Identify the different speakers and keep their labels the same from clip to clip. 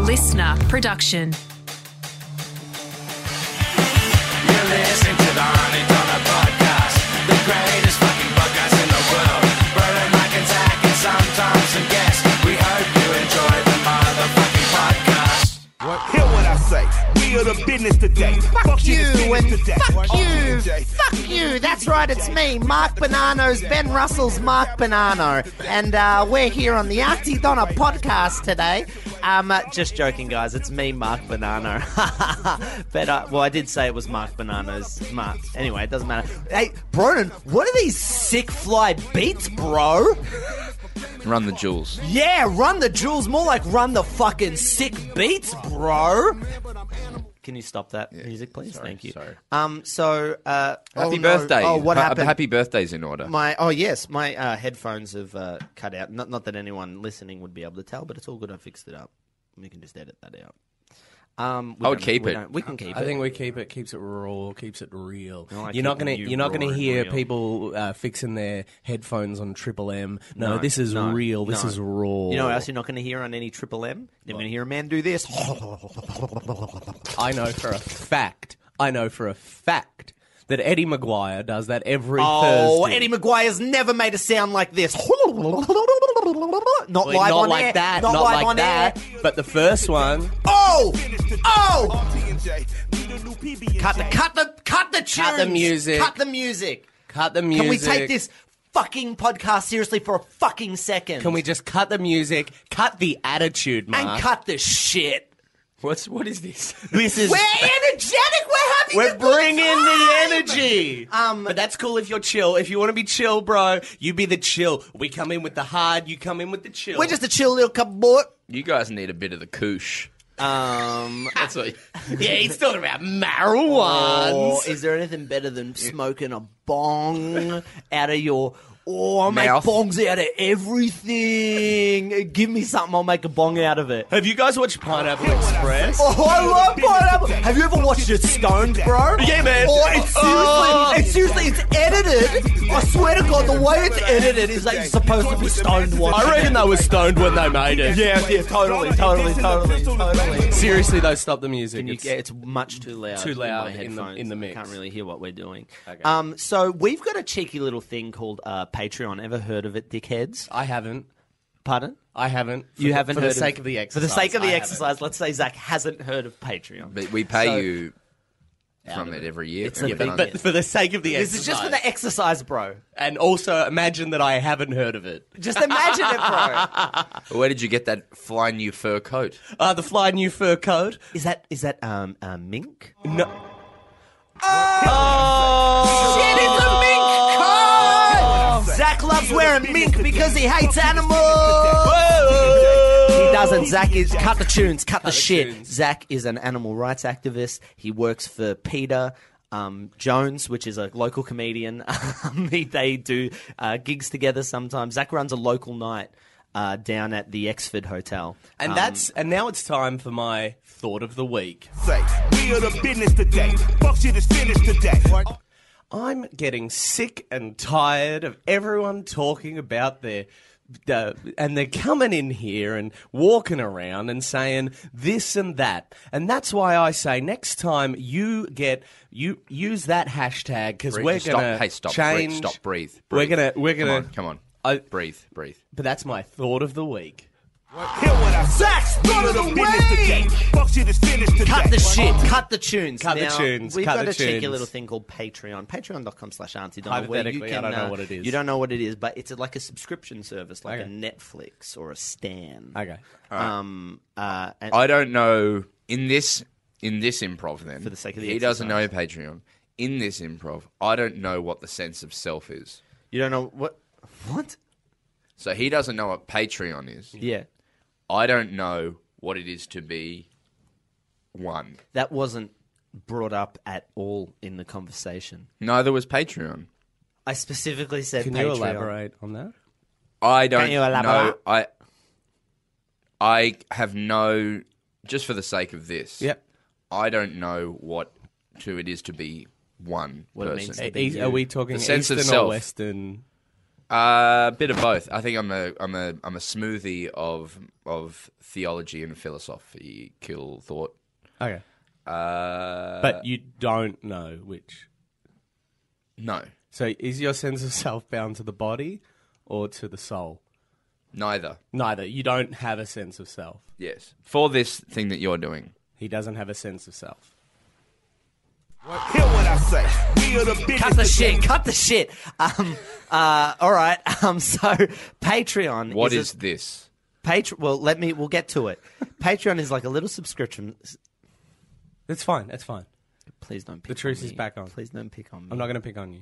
Speaker 1: listener production.
Speaker 2: You listen to the Honey Dollar Podcast, the greatest fucking podcast in the world. Brian McIntyre and Sam Thompson guest. We hope you enjoy the motherfucking podcast.
Speaker 3: Hear what I say. We are the business today. Fuck, you,
Speaker 4: and
Speaker 3: today.
Speaker 4: fuck you,
Speaker 3: Today.
Speaker 4: fuck you. That's right, it's me, Mark Bonanno's Ben Russell's Mark Bonanno, and uh, we're here on the Artie Donna podcast today. Um, uh, just joking, guys. It's me, Mark Bonanno. but uh, well, I did say it was Mark Bonanno's Mark. Anyway, it doesn't matter. Hey, Broden, what are these sick fly beats, bro?
Speaker 5: Run the jewels.
Speaker 4: Yeah, run the jewels. More like run the fucking sick beats, bro. Can you stop that music, please?
Speaker 5: Sorry,
Speaker 4: Thank you.
Speaker 5: sorry.
Speaker 4: Um. So, uh,
Speaker 5: Happy
Speaker 4: oh, no.
Speaker 5: birthday.
Speaker 4: Oh, what
Speaker 5: Ha-
Speaker 4: happened?
Speaker 5: Happy birthday's in order.
Speaker 4: My oh yes, my uh, headphones have uh, cut out. Not not that anyone listening would be able to tell, but it's all good. I fixed it up. We can just edit that out. Um, we
Speaker 5: I would
Speaker 4: don't-
Speaker 5: keep
Speaker 4: we
Speaker 5: it.
Speaker 4: don't- We can keep
Speaker 6: I
Speaker 4: it.
Speaker 6: think we keep it keeps it raw, keeps it real.
Speaker 4: like
Speaker 6: you're not
Speaker 4: keeping
Speaker 6: gonna
Speaker 4: you
Speaker 6: you are not
Speaker 4: raw
Speaker 6: gonna
Speaker 4: and
Speaker 6: hear
Speaker 4: real.
Speaker 6: people uh, fixing their headphones on Triple M. No,
Speaker 4: No,
Speaker 6: this is
Speaker 4: no,
Speaker 6: real. This
Speaker 4: no.
Speaker 6: is raw.
Speaker 4: you know what else you're not going to hear on any Triple M? You're going to hear a man do this.
Speaker 6: I know for a fact. I know for a fact that Eddie Maguire does that every
Speaker 4: Oh,
Speaker 6: Thursday.
Speaker 4: Eddie Maguire's never made a sound like this. Not
Speaker 6: Wait,
Speaker 4: live
Speaker 6: not
Speaker 4: on
Speaker 6: like
Speaker 4: air.
Speaker 6: that.
Speaker 4: Not,
Speaker 6: Not,
Speaker 4: live
Speaker 6: like
Speaker 4: on
Speaker 6: that.
Speaker 4: air.
Speaker 6: But the first one.
Speaker 4: Oh, oh!
Speaker 3: RT&J. We the new PB&J.
Speaker 4: Cut the, cut the, cut the tunes.
Speaker 6: Cut the music.
Speaker 4: Cut the music.
Speaker 6: Cut the music.
Speaker 4: Can we take this fucking podcast seriously for a fucking second?
Speaker 6: Can we just cut the music? Cut the attitude, Mark.
Speaker 4: And cut the shit.
Speaker 5: What's what is this?
Speaker 6: This is.
Speaker 4: We're energetic. We're having.
Speaker 6: We're
Speaker 4: a good
Speaker 6: bringing the
Speaker 4: time.
Speaker 6: energy.
Speaker 4: Um,
Speaker 6: but that's cool if you're chill. If you want to be chill, bro, you be the chill. We come in with the hard. You come in with the chill.
Speaker 4: We're just a chill little couple. boy.
Speaker 5: You guys need a bit of the koosh.
Speaker 4: Um.
Speaker 5: That's what.
Speaker 6: yeah. He's talking about marijuana.
Speaker 4: Or is there anything better than smoking a bong out of your? Oh, I make
Speaker 5: Mouth.
Speaker 4: bongs out of everything. Give me something, I'll make a bong out of it.
Speaker 6: Have you guys watched Pineapple Express?
Speaker 4: Oh, I love pineapple. Have you ever watched it stoned, bro?
Speaker 6: Yeah, man.
Speaker 4: Oh, it's seriously,
Speaker 6: Oh.
Speaker 4: it's seriously, it's edited. I swear to God, the way it's edited is like you're supposed to be stoned watching.
Speaker 6: I reckon
Speaker 4: it.
Speaker 6: they were stoned when they made it.
Speaker 4: Yeah, yeah, totally, totally, totally, totally.
Speaker 6: Seriously, though, stop the music.
Speaker 4: Can you
Speaker 6: It's-
Speaker 4: get- it's much too loud.
Speaker 6: Too
Speaker 4: in,
Speaker 6: loud
Speaker 4: my
Speaker 6: in the-
Speaker 4: headphones.
Speaker 6: in the
Speaker 4: I
Speaker 6: mix.
Speaker 4: can't really hear what we're doing. Um, so we've got a cheeky little thing called uh, Patreon. Ever heard of it, dickheads?
Speaker 6: I haven't.
Speaker 4: Pardon?
Speaker 6: I haven't. For
Speaker 4: you
Speaker 6: the-
Speaker 4: haven't
Speaker 6: for
Speaker 4: heard
Speaker 6: the sake of, the
Speaker 4: For
Speaker 6: exercise.
Speaker 4: the sake of the
Speaker 6: I haven't.
Speaker 4: exercise, let's say Zach hasn't heard of Patreon.
Speaker 5: But we pay you from it every year.
Speaker 4: It's a
Speaker 5: Yeah,
Speaker 4: big-
Speaker 5: but
Speaker 4: but-
Speaker 6: For the sake of the
Speaker 4: This
Speaker 6: exercise.
Speaker 4: is just for the exercise, bro.
Speaker 6: and also imagine that I haven't heard of it.
Speaker 4: Just imagine it, bro.
Speaker 5: Where did you get that fly new fur coat?
Speaker 6: Uh, the fly new fur coat.
Speaker 4: Is that is that um uh, mink? Oh!
Speaker 6: No.
Speaker 4: Shit, it's a mink coat. Zach loves wearing mink because he hates animals. He doesn't. Zach is cut the tunes, cut, the, shit.
Speaker 6: tunes.
Speaker 4: Zach is an animal rights activist. He works for Peter. Um, Jones, which is a local comedian, Um, he- they do uh, gigs together sometimes. Zach runs a local night uh, down at the Exford Hotel,
Speaker 6: And
Speaker 4: Um,
Speaker 6: that's and now it's time for my thought of the week.
Speaker 3: Say, We are the business today. Fuck shit is finished today.
Speaker 6: I'm getting sick and tired of everyone talking about their uh, and they're coming in here and walking around and saying this and that. And that's why I say next time you get you use that hashtag cuz
Speaker 5: Breathe.
Speaker 6: we're
Speaker 5: Stop.
Speaker 6: going to
Speaker 5: Hey, stop.
Speaker 6: change
Speaker 5: Breathe. Stop. Breathe.
Speaker 6: We're
Speaker 5: Breathe.
Speaker 6: going to we're going to
Speaker 5: Come on. Come
Speaker 6: I-
Speaker 5: on. Breathe. Breathe.
Speaker 6: But that's my thought of the week.
Speaker 3: Hear what I say.
Speaker 4: Zach's
Speaker 3: We
Speaker 4: thought
Speaker 3: are
Speaker 4: of
Speaker 3: the
Speaker 4: the
Speaker 3: business today.
Speaker 4: week.
Speaker 3: Fuck shit is finished today.
Speaker 4: Cut the shit. Cut the tunes.
Speaker 6: Cut the
Speaker 4: Now,
Speaker 6: tunes,
Speaker 4: We've
Speaker 6: cut
Speaker 4: got
Speaker 6: the
Speaker 4: a cheeky
Speaker 6: tunes.
Speaker 4: little thing called Patreon. Patreon.com slash Auntie Donna. where you
Speaker 6: Hypothetically, I
Speaker 4: can,
Speaker 6: don't know
Speaker 4: uh,
Speaker 6: what it is.
Speaker 4: You don't know what it is, but it's like a subscription service, like a
Speaker 6: Okay.
Speaker 4: Netflix or a Stan.
Speaker 6: Okay.
Speaker 4: Um, uh, and
Speaker 5: I don't know in this in this improv then. For
Speaker 4: the sake of the
Speaker 5: he doesn't know Patreon. In this improv, I don't know what the sense of self is.
Speaker 4: you don't know what? What?
Speaker 5: So he doesn't know what Patreon is.
Speaker 4: Yeah.
Speaker 5: I don't know what it is to be one.
Speaker 4: That wasn't brought up at all in the conversation.
Speaker 5: Neither was Patreon.
Speaker 4: I specifically said
Speaker 6: Can
Speaker 4: Patreon.
Speaker 6: you elaborate on that?
Speaker 5: I don't
Speaker 4: you elaborate?
Speaker 5: know. I I have no. Just for the sake of this,
Speaker 6: Yep.
Speaker 5: I don't know what to it is to be one
Speaker 4: What it
Speaker 5: person.
Speaker 4: means to
Speaker 6: E- Are we talking
Speaker 5: The sense of
Speaker 6: Eastern or
Speaker 5: self.
Speaker 6: Western?
Speaker 5: Uh, bit of both. I think I'm a I'm a I'm a smoothie of of theology and philosophy, kill thought.
Speaker 6: Okay.
Speaker 5: Uh,
Speaker 6: But you don't know which.
Speaker 5: no,
Speaker 6: So is your sense of self bound to the body or to the soul?
Speaker 5: neither.
Speaker 6: Neither. You don't have a sense of self.
Speaker 5: Yes, for this thing that you're doing.
Speaker 6: He doesn't have a sense of self.
Speaker 3: Hear what I say. We are the business.
Speaker 4: Cut the
Speaker 3: that
Speaker 4: shit.
Speaker 3: takes-
Speaker 4: Cut the shit. Um, uh, all right. Um, so Patreon.
Speaker 5: What
Speaker 4: is
Speaker 5: is this?
Speaker 4: a- Patr- Well, let me. We'll get to it. Patreon is like a little subscription.
Speaker 6: That's fine. That's fine.
Speaker 4: Please don't. Pick
Speaker 6: The truth
Speaker 4: on
Speaker 6: is
Speaker 4: me.
Speaker 6: back on.
Speaker 4: Please don't pick on me.
Speaker 6: I'm not going to pick on you.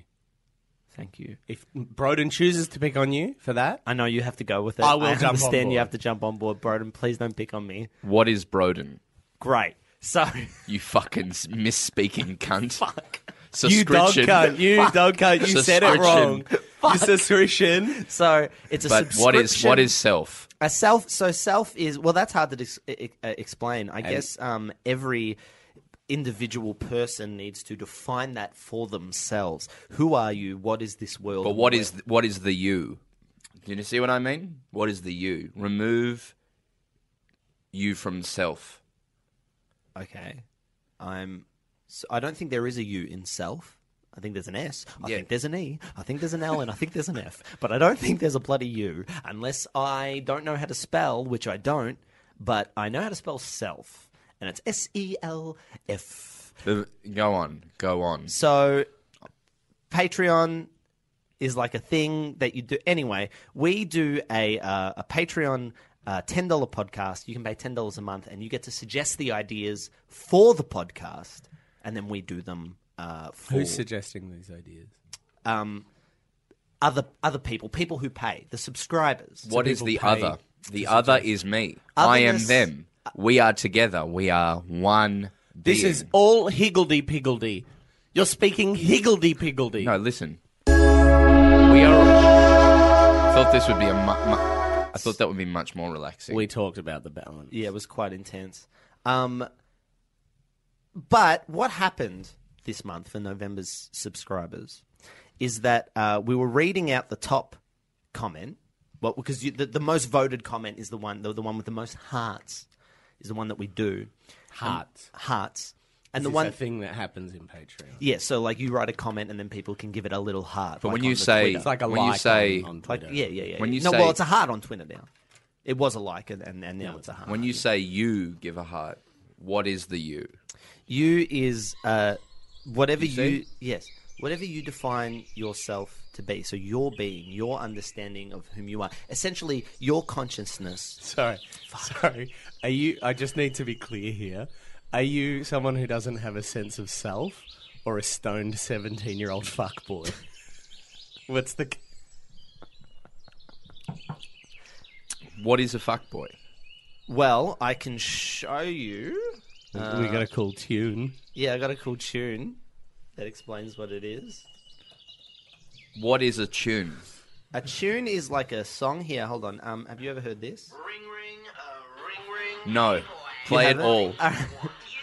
Speaker 4: Thank you.
Speaker 6: If Broden chooses to pick on you for that,
Speaker 4: I know you have to go with it.
Speaker 6: I will
Speaker 4: I
Speaker 6: jump on
Speaker 4: understand
Speaker 6: board.
Speaker 4: you have to jump on board, Broden. Please don't pick on me.
Speaker 5: What is Broden?
Speaker 4: Great. So
Speaker 5: You fucking s- misspeaking cunt.
Speaker 4: fuck.
Speaker 6: you dog
Speaker 5: Subscription.
Speaker 6: cunt. You dog cunt. You said it wrong.
Speaker 5: Subscription.
Speaker 6: Your subscription.
Speaker 4: So it's a
Speaker 5: But what is what
Speaker 4: subscription-
Speaker 5: is self?
Speaker 4: a self? So self is well. That's hard to dis- e- e- explain. I guess um, every individual person needs to define that for themselves. Who are you? What is this world?
Speaker 5: But what is what is the you? Do you see what I mean? What is the you? Remove you from self.
Speaker 4: okay? I'm. So I don't think there is a you in self. I think there's an S. I
Speaker 5: Yeah.
Speaker 4: think there's an E. I think there's an L, and I think there's an F. But I don't think there's a bloody U, unless I don't know how to spell, which I don't. But I know how to spell self, and it's S E L F.
Speaker 5: The- Go on, go on.
Speaker 4: So Patreon is like a thing that you do. Anyway, we do a uh, a Patreon. Uh, ten dollar podcast. You can pay ten dollars a month, and you get to suggest the ideas for the podcast, and then we do them uh, for
Speaker 6: Who's suggesting these ideas?
Speaker 4: um, other other people, people who pay, the subscribers.
Speaker 5: What is
Speaker 6: people
Speaker 5: the
Speaker 6: pay
Speaker 5: other? The other is me. I am
Speaker 4: Otherness-
Speaker 5: them. We are together. We are one.
Speaker 6: uh, This
Speaker 5: being.
Speaker 6: is all higgledy piggledy. You're speaking higgledy piggledy.
Speaker 5: no. Listen, we are. I thought this would be a. Mu- mu- I thought that would be much more relaxing.
Speaker 6: We talked about the balance.
Speaker 4: Yeah, it was quite intense. Um, but what happened this month for November's subscribers is that uh, we were reading out the top comment. Well, because you, the, the most voted comment is the one, the, the one with the most hearts, is the one that we do.
Speaker 6: Hearts.
Speaker 4: Hearts. And the
Speaker 6: It's
Speaker 4: one,
Speaker 6: a thing that happens in Patreon.
Speaker 4: yeah. So like you write a comment and then people can give it a little heart.
Speaker 5: but
Speaker 4: like
Speaker 5: when
Speaker 4: on
Speaker 5: you
Speaker 4: the
Speaker 5: say,
Speaker 4: Twitter.
Speaker 6: It's like a
Speaker 5: when
Speaker 6: like
Speaker 5: you say,
Speaker 6: on, on
Speaker 4: Like,
Speaker 6: Twitter.
Speaker 4: yeah, yeah, yeah.
Speaker 5: When you
Speaker 4: no,
Speaker 5: say-
Speaker 4: well, it's a heart on Twitter now. It was a like, and and, and now it's a heart.
Speaker 5: when you say you give a heart, what is the you?
Speaker 4: You is uh, whatever
Speaker 5: You
Speaker 4: you,
Speaker 5: see?
Speaker 4: yes, whatever you define yourself to be. So your being, your understanding of whom you are, essentially your consciousness.
Speaker 6: Sorry. Sorry. Are you I just need to be clear here. Are you someone who doesn't have a sense of self or a stoned 17-year-old fuckboy? What's the
Speaker 5: What is a fuckboy?
Speaker 4: Well, I can show you.
Speaker 6: We got a cool tune.
Speaker 4: Yeah, I got a cool tune that explains what it is.
Speaker 5: What is a tune?
Speaker 4: A tune is like a song. Here, hold on. Um, have you ever heard this?
Speaker 1: Ring ring, uh, ring ring.
Speaker 5: No. Play it
Speaker 4: haven't?
Speaker 5: all.
Speaker 1: You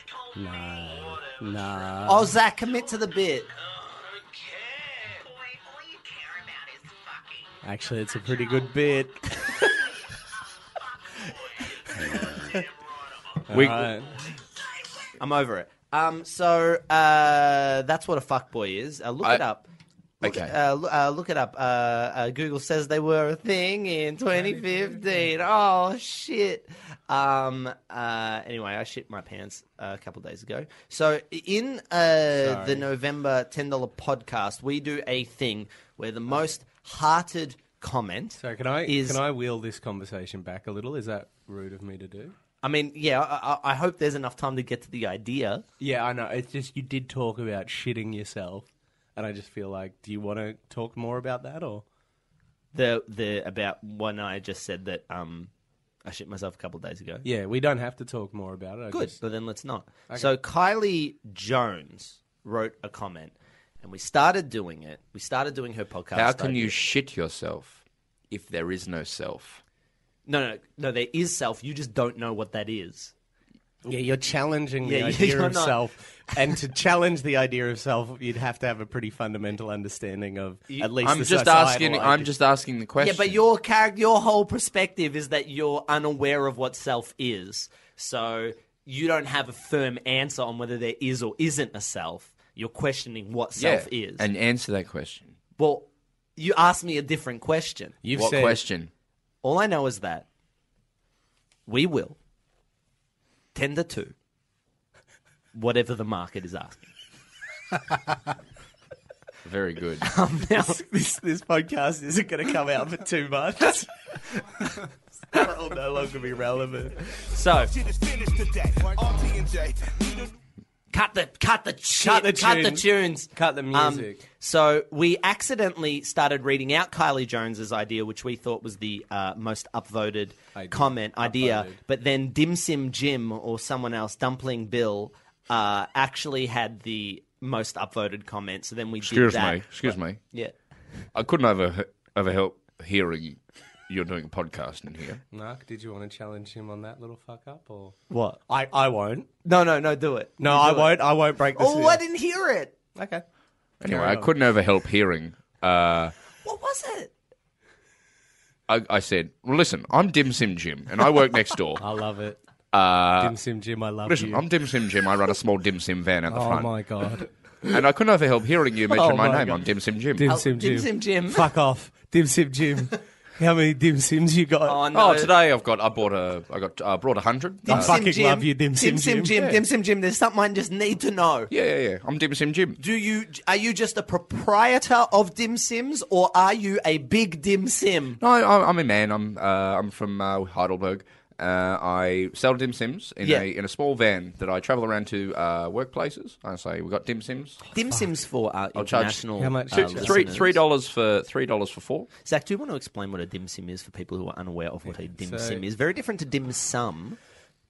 Speaker 1: told me whatever.
Speaker 6: Nah.
Speaker 4: Oh, Zach, commit to the bit.
Speaker 1: Okay. Boy, all you care about is fucking.
Speaker 6: Actually, it's a pretty good bit.
Speaker 5: We-
Speaker 6: Alright.
Speaker 4: I'm over it. Um, so uh, that's what a fuckboy is. Uh, look
Speaker 5: I-
Speaker 4: it up. Look,
Speaker 5: Okay.
Speaker 4: Uh, lo- uh, look it up. Uh, uh, Google says they were a thing in 2015. Oh shit. Um, uh, anyway, I shit my pants uh, a couple days ago. So in uh, the November ten dollar podcast, we do a thing where the most hearted comment.
Speaker 6: So can I
Speaker 4: is
Speaker 6: can I wheel this conversation back a little? Is that rude of me to do?
Speaker 4: I mean yeah. I, I- I hope there's enough time to get to the idea.
Speaker 6: Yeah, I know. It's just you did talk about shitting yourself, and I just feel like, do you want to talk more about that or?
Speaker 4: the the about when I just said that um I shit myself a couple of days ago.
Speaker 6: Yeah, we don't have to talk more about it. I
Speaker 4: Good.
Speaker 6: just-
Speaker 4: So then let's not. So Kylie Jones wrote a comment and we started doing it. We started doing her podcast.
Speaker 5: How can you
Speaker 4: idea.
Speaker 5: shit yourself if there is no self?
Speaker 4: No, no, no, there is self. You just don't know what that is.
Speaker 6: Yeah, you're challenging the
Speaker 4: Yeah,
Speaker 6: idea
Speaker 4: you're
Speaker 6: of
Speaker 4: not-
Speaker 6: self. And to challenge the idea of self, you'd have to have a pretty fundamental understanding of at least.
Speaker 5: I'm
Speaker 6: the
Speaker 5: just
Speaker 6: societal
Speaker 5: asking.
Speaker 6: idea.
Speaker 5: I'm just asking the question.
Speaker 4: Yeah, but your character, your whole perspective is that you're unaware of what self is. So you don't have a firm answer on whether there is or isn't a self. You're questioning what
Speaker 5: yeah.
Speaker 4: self is.
Speaker 5: and answer that question.
Speaker 4: well, you asked me a different question.
Speaker 6: You've
Speaker 5: what
Speaker 6: said-
Speaker 5: question?
Speaker 4: All I know is that we will tender to whatever the market is asking.
Speaker 5: Very good.
Speaker 6: Um,
Speaker 4: Now,
Speaker 6: This, this podcast isn't going to come out for two months. That'll no longer be relevant.
Speaker 4: so
Speaker 3: Shit is finished today. RT and J. Need a
Speaker 4: cut the cut the shit,
Speaker 6: Cut the
Speaker 4: cut the
Speaker 6: tunes.
Speaker 4: tunes.
Speaker 6: Cut the
Speaker 4: Um,
Speaker 6: music.
Speaker 4: so we accidentally started reading out Kylie Jones's idea, which we thought was the uh, most upvoted
Speaker 6: Idea.
Speaker 4: comment idea.
Speaker 6: Upvoted.
Speaker 4: But then Dim Sim Jim or someone else, Dumpling Bill, uh, actually had the most upvoted comment. So then we
Speaker 5: Excuse
Speaker 4: did that.
Speaker 5: me. Excuse me.
Speaker 4: Yeah.
Speaker 5: I couldn't over overhelp hearing you're doing a podcast in here.
Speaker 6: Mark, did you want to challenge him on that little fuck up or?
Speaker 4: What?
Speaker 6: I, I won't.
Speaker 4: No, no, no. Do it.
Speaker 6: No, I won't. I won't break this.
Speaker 4: Oh, I didn't hear it.
Speaker 6: Okay.
Speaker 5: Anyway,
Speaker 6: Carry
Speaker 5: I
Speaker 6: on.
Speaker 5: couldn't overhelp hearing. Uh,
Speaker 4: What was it?
Speaker 5: I, I said, "Well, listen, I'm Dim Sim Jim, and I work next door.
Speaker 6: I love it.
Speaker 4: Uh,
Speaker 6: Dim Sim Jim, I love
Speaker 5: Listen,
Speaker 6: you.
Speaker 5: I'm Dim Sim Jim. I run a small Dim Sim van out the
Speaker 6: oh
Speaker 5: front,
Speaker 6: my god.
Speaker 5: and I couldn't overhelp hearing you mention
Speaker 6: Oh
Speaker 5: my,
Speaker 6: my
Speaker 5: name.
Speaker 6: God.
Speaker 5: I'm Dim Sim Jim.
Speaker 6: Dim
Speaker 4: Oh,
Speaker 6: Sim
Speaker 4: Dim
Speaker 6: Jim.
Speaker 4: Sim Jim.
Speaker 6: Fuck off. Dim Sim Jim. How many Dim Sims you got?
Speaker 4: Oh, no.
Speaker 5: Oh, today I've got. I bought a. I got. I brought a hundred.
Speaker 4: Dim
Speaker 5: Uh,
Speaker 4: Sim
Speaker 6: fucking
Speaker 4: Jim.
Speaker 6: love you, Dim Sim Jim.
Speaker 4: Jim.
Speaker 5: Yeah.
Speaker 4: Dim Sim Jim. There's something I just need to know.
Speaker 5: yeah, yeah, yeah. I'm Dim Sim Jim.
Speaker 4: Do you are you just a proprietor of Dim Sims or are you a big Dim Sim?
Speaker 5: No, I, I'm a man. I'm. Uh, I'm from uh, Heidelberg. Uh, I sell Dim Sims in
Speaker 4: Yeah.
Speaker 5: a in a small van that I travel around to uh, workplaces. I say we got Dim Sims.
Speaker 4: Dim Sims for uh,
Speaker 5: charge-
Speaker 4: international.
Speaker 6: How much?
Speaker 4: uh,
Speaker 5: Two-
Speaker 6: listeners.
Speaker 5: three three dollars for three dollars for four.
Speaker 4: Zach, do you want to explain what a Dim Sim is for people who are unaware of what a Dim
Speaker 6: So-
Speaker 4: Sim is? Very different to Dim Sum.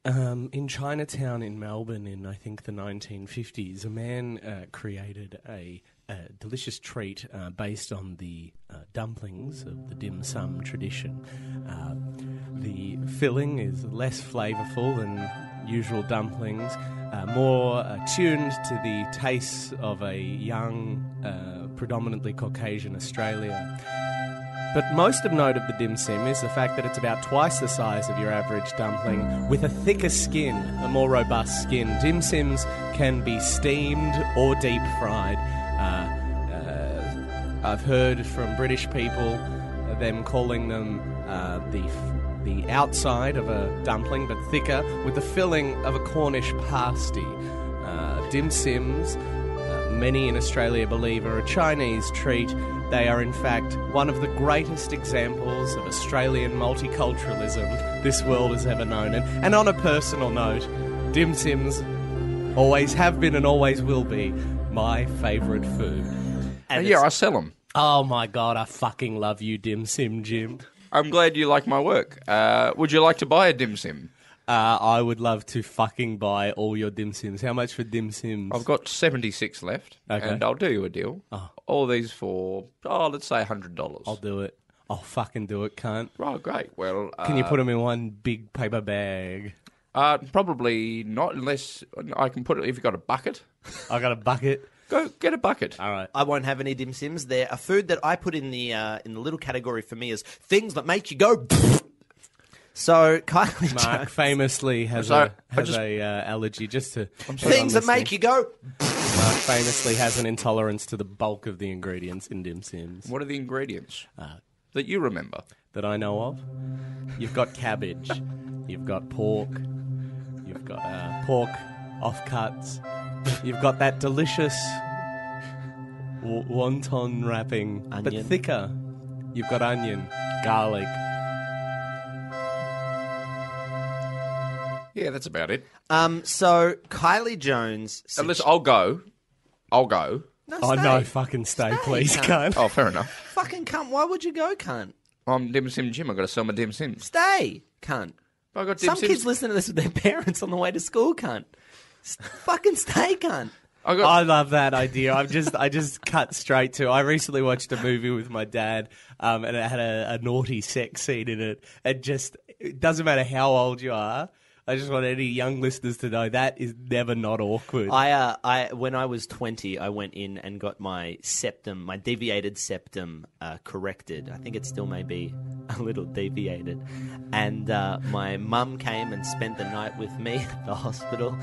Speaker 6: Um, in Chinatown in Melbourne in, I think, the 1950s, a man uh, created a, a delicious treat uh, based on the uh, dumplings of the dim sum tradition. Uh, the filling is less flavourful than usual dumplings, uh, more attuned to the tastes of a young, uh, predominantly Caucasian Australia. But most of note of the dim sim is the fact that it's about twice the size of your average dumpling, with a thicker skin, a more robust skin. Dim sims can be steamed or deep fried. Uh, uh, I've heard from British people uh, them calling them uh, the f- the outside of a dumpling, but thicker, with the filling of a Cornish pasty. Uh, dim sims uh, many in Australia believe are a Chinese treat, they are in fact one of the greatest examples of Australian multiculturalism this world has ever known. And, and on a personal note, dim sims always have been and always will be my favourite food.
Speaker 4: And
Speaker 5: yeah, I
Speaker 4: it's-
Speaker 5: sell them.
Speaker 6: Oh my god, I fucking love you, Dim Sim Jim.
Speaker 5: I'm glad you like my work. Uh, would you like to buy a dim sim?
Speaker 6: Uh, I would love to fucking buy all your dim sims. How much for dim sims?
Speaker 5: I've got 76 left,
Speaker 6: Okay.
Speaker 5: and I'll do you a deal. All these for, oh, let's say $100.
Speaker 6: I'll do it. I'll fucking do it, cunt.
Speaker 5: Oh, great. Well, uh,
Speaker 6: Can you put them in one big paper bag?
Speaker 5: uh, probably not unless I can put it, if you've got a bucket,
Speaker 6: I got a bucket.
Speaker 5: go get a bucket. Um,
Speaker 6: All right.
Speaker 4: I won't have any Dim Sims. They're a food that I put in the uh, in the little category for me as things that make you go. so Kylie,
Speaker 6: Mark famously has
Speaker 5: sorry,
Speaker 6: a
Speaker 5: I
Speaker 6: has
Speaker 5: just-
Speaker 6: a uh, allergy just to
Speaker 4: things that make you go.
Speaker 6: Mark famously has an intolerance to the bulk of the ingredients in dim sims
Speaker 5: What are the ingredients that you remember?
Speaker 6: that I know of. You've got cabbage, you've got pork, you've got uh, pork off cuts, you've got that delicious w- wonton wrapping, but
Speaker 4: Onion.
Speaker 6: thicker. You've got onion, garlic.
Speaker 5: Yeah, that's about it.
Speaker 4: Um, so Kylie Jones.
Speaker 5: Unless I'll go. I'll go.
Speaker 6: Oh no,
Speaker 4: stay.
Speaker 6: fucking stay,
Speaker 4: Stay,
Speaker 6: please,
Speaker 4: cunt.
Speaker 6: cunt.
Speaker 5: Oh, fair enough.
Speaker 4: Fucking cunt. Why would you go, cunt?
Speaker 5: I'm Dim Sim Jim. I've got to sell my Dim Sims.
Speaker 4: Stay, cunt.
Speaker 5: I got Dim
Speaker 4: Some
Speaker 5: Sims.
Speaker 4: kids listen to this with their parents on the way to school, cunt. S- fucking stay, cunt.
Speaker 5: I got,
Speaker 6: I love that idea. I'm just, I just cut straight to. I recently watched a movie with my dad, um, and it had a, a naughty sex scene in it. And just, it doesn't matter how old you are. I just want any young listeners to know that is never not awkward.
Speaker 4: I, uh, I when I was twenty, I went in and got my septum, my deviated septum, uh, corrected. I think it still may be a little deviated, and uh, my mum came and spent the night with me at the hospital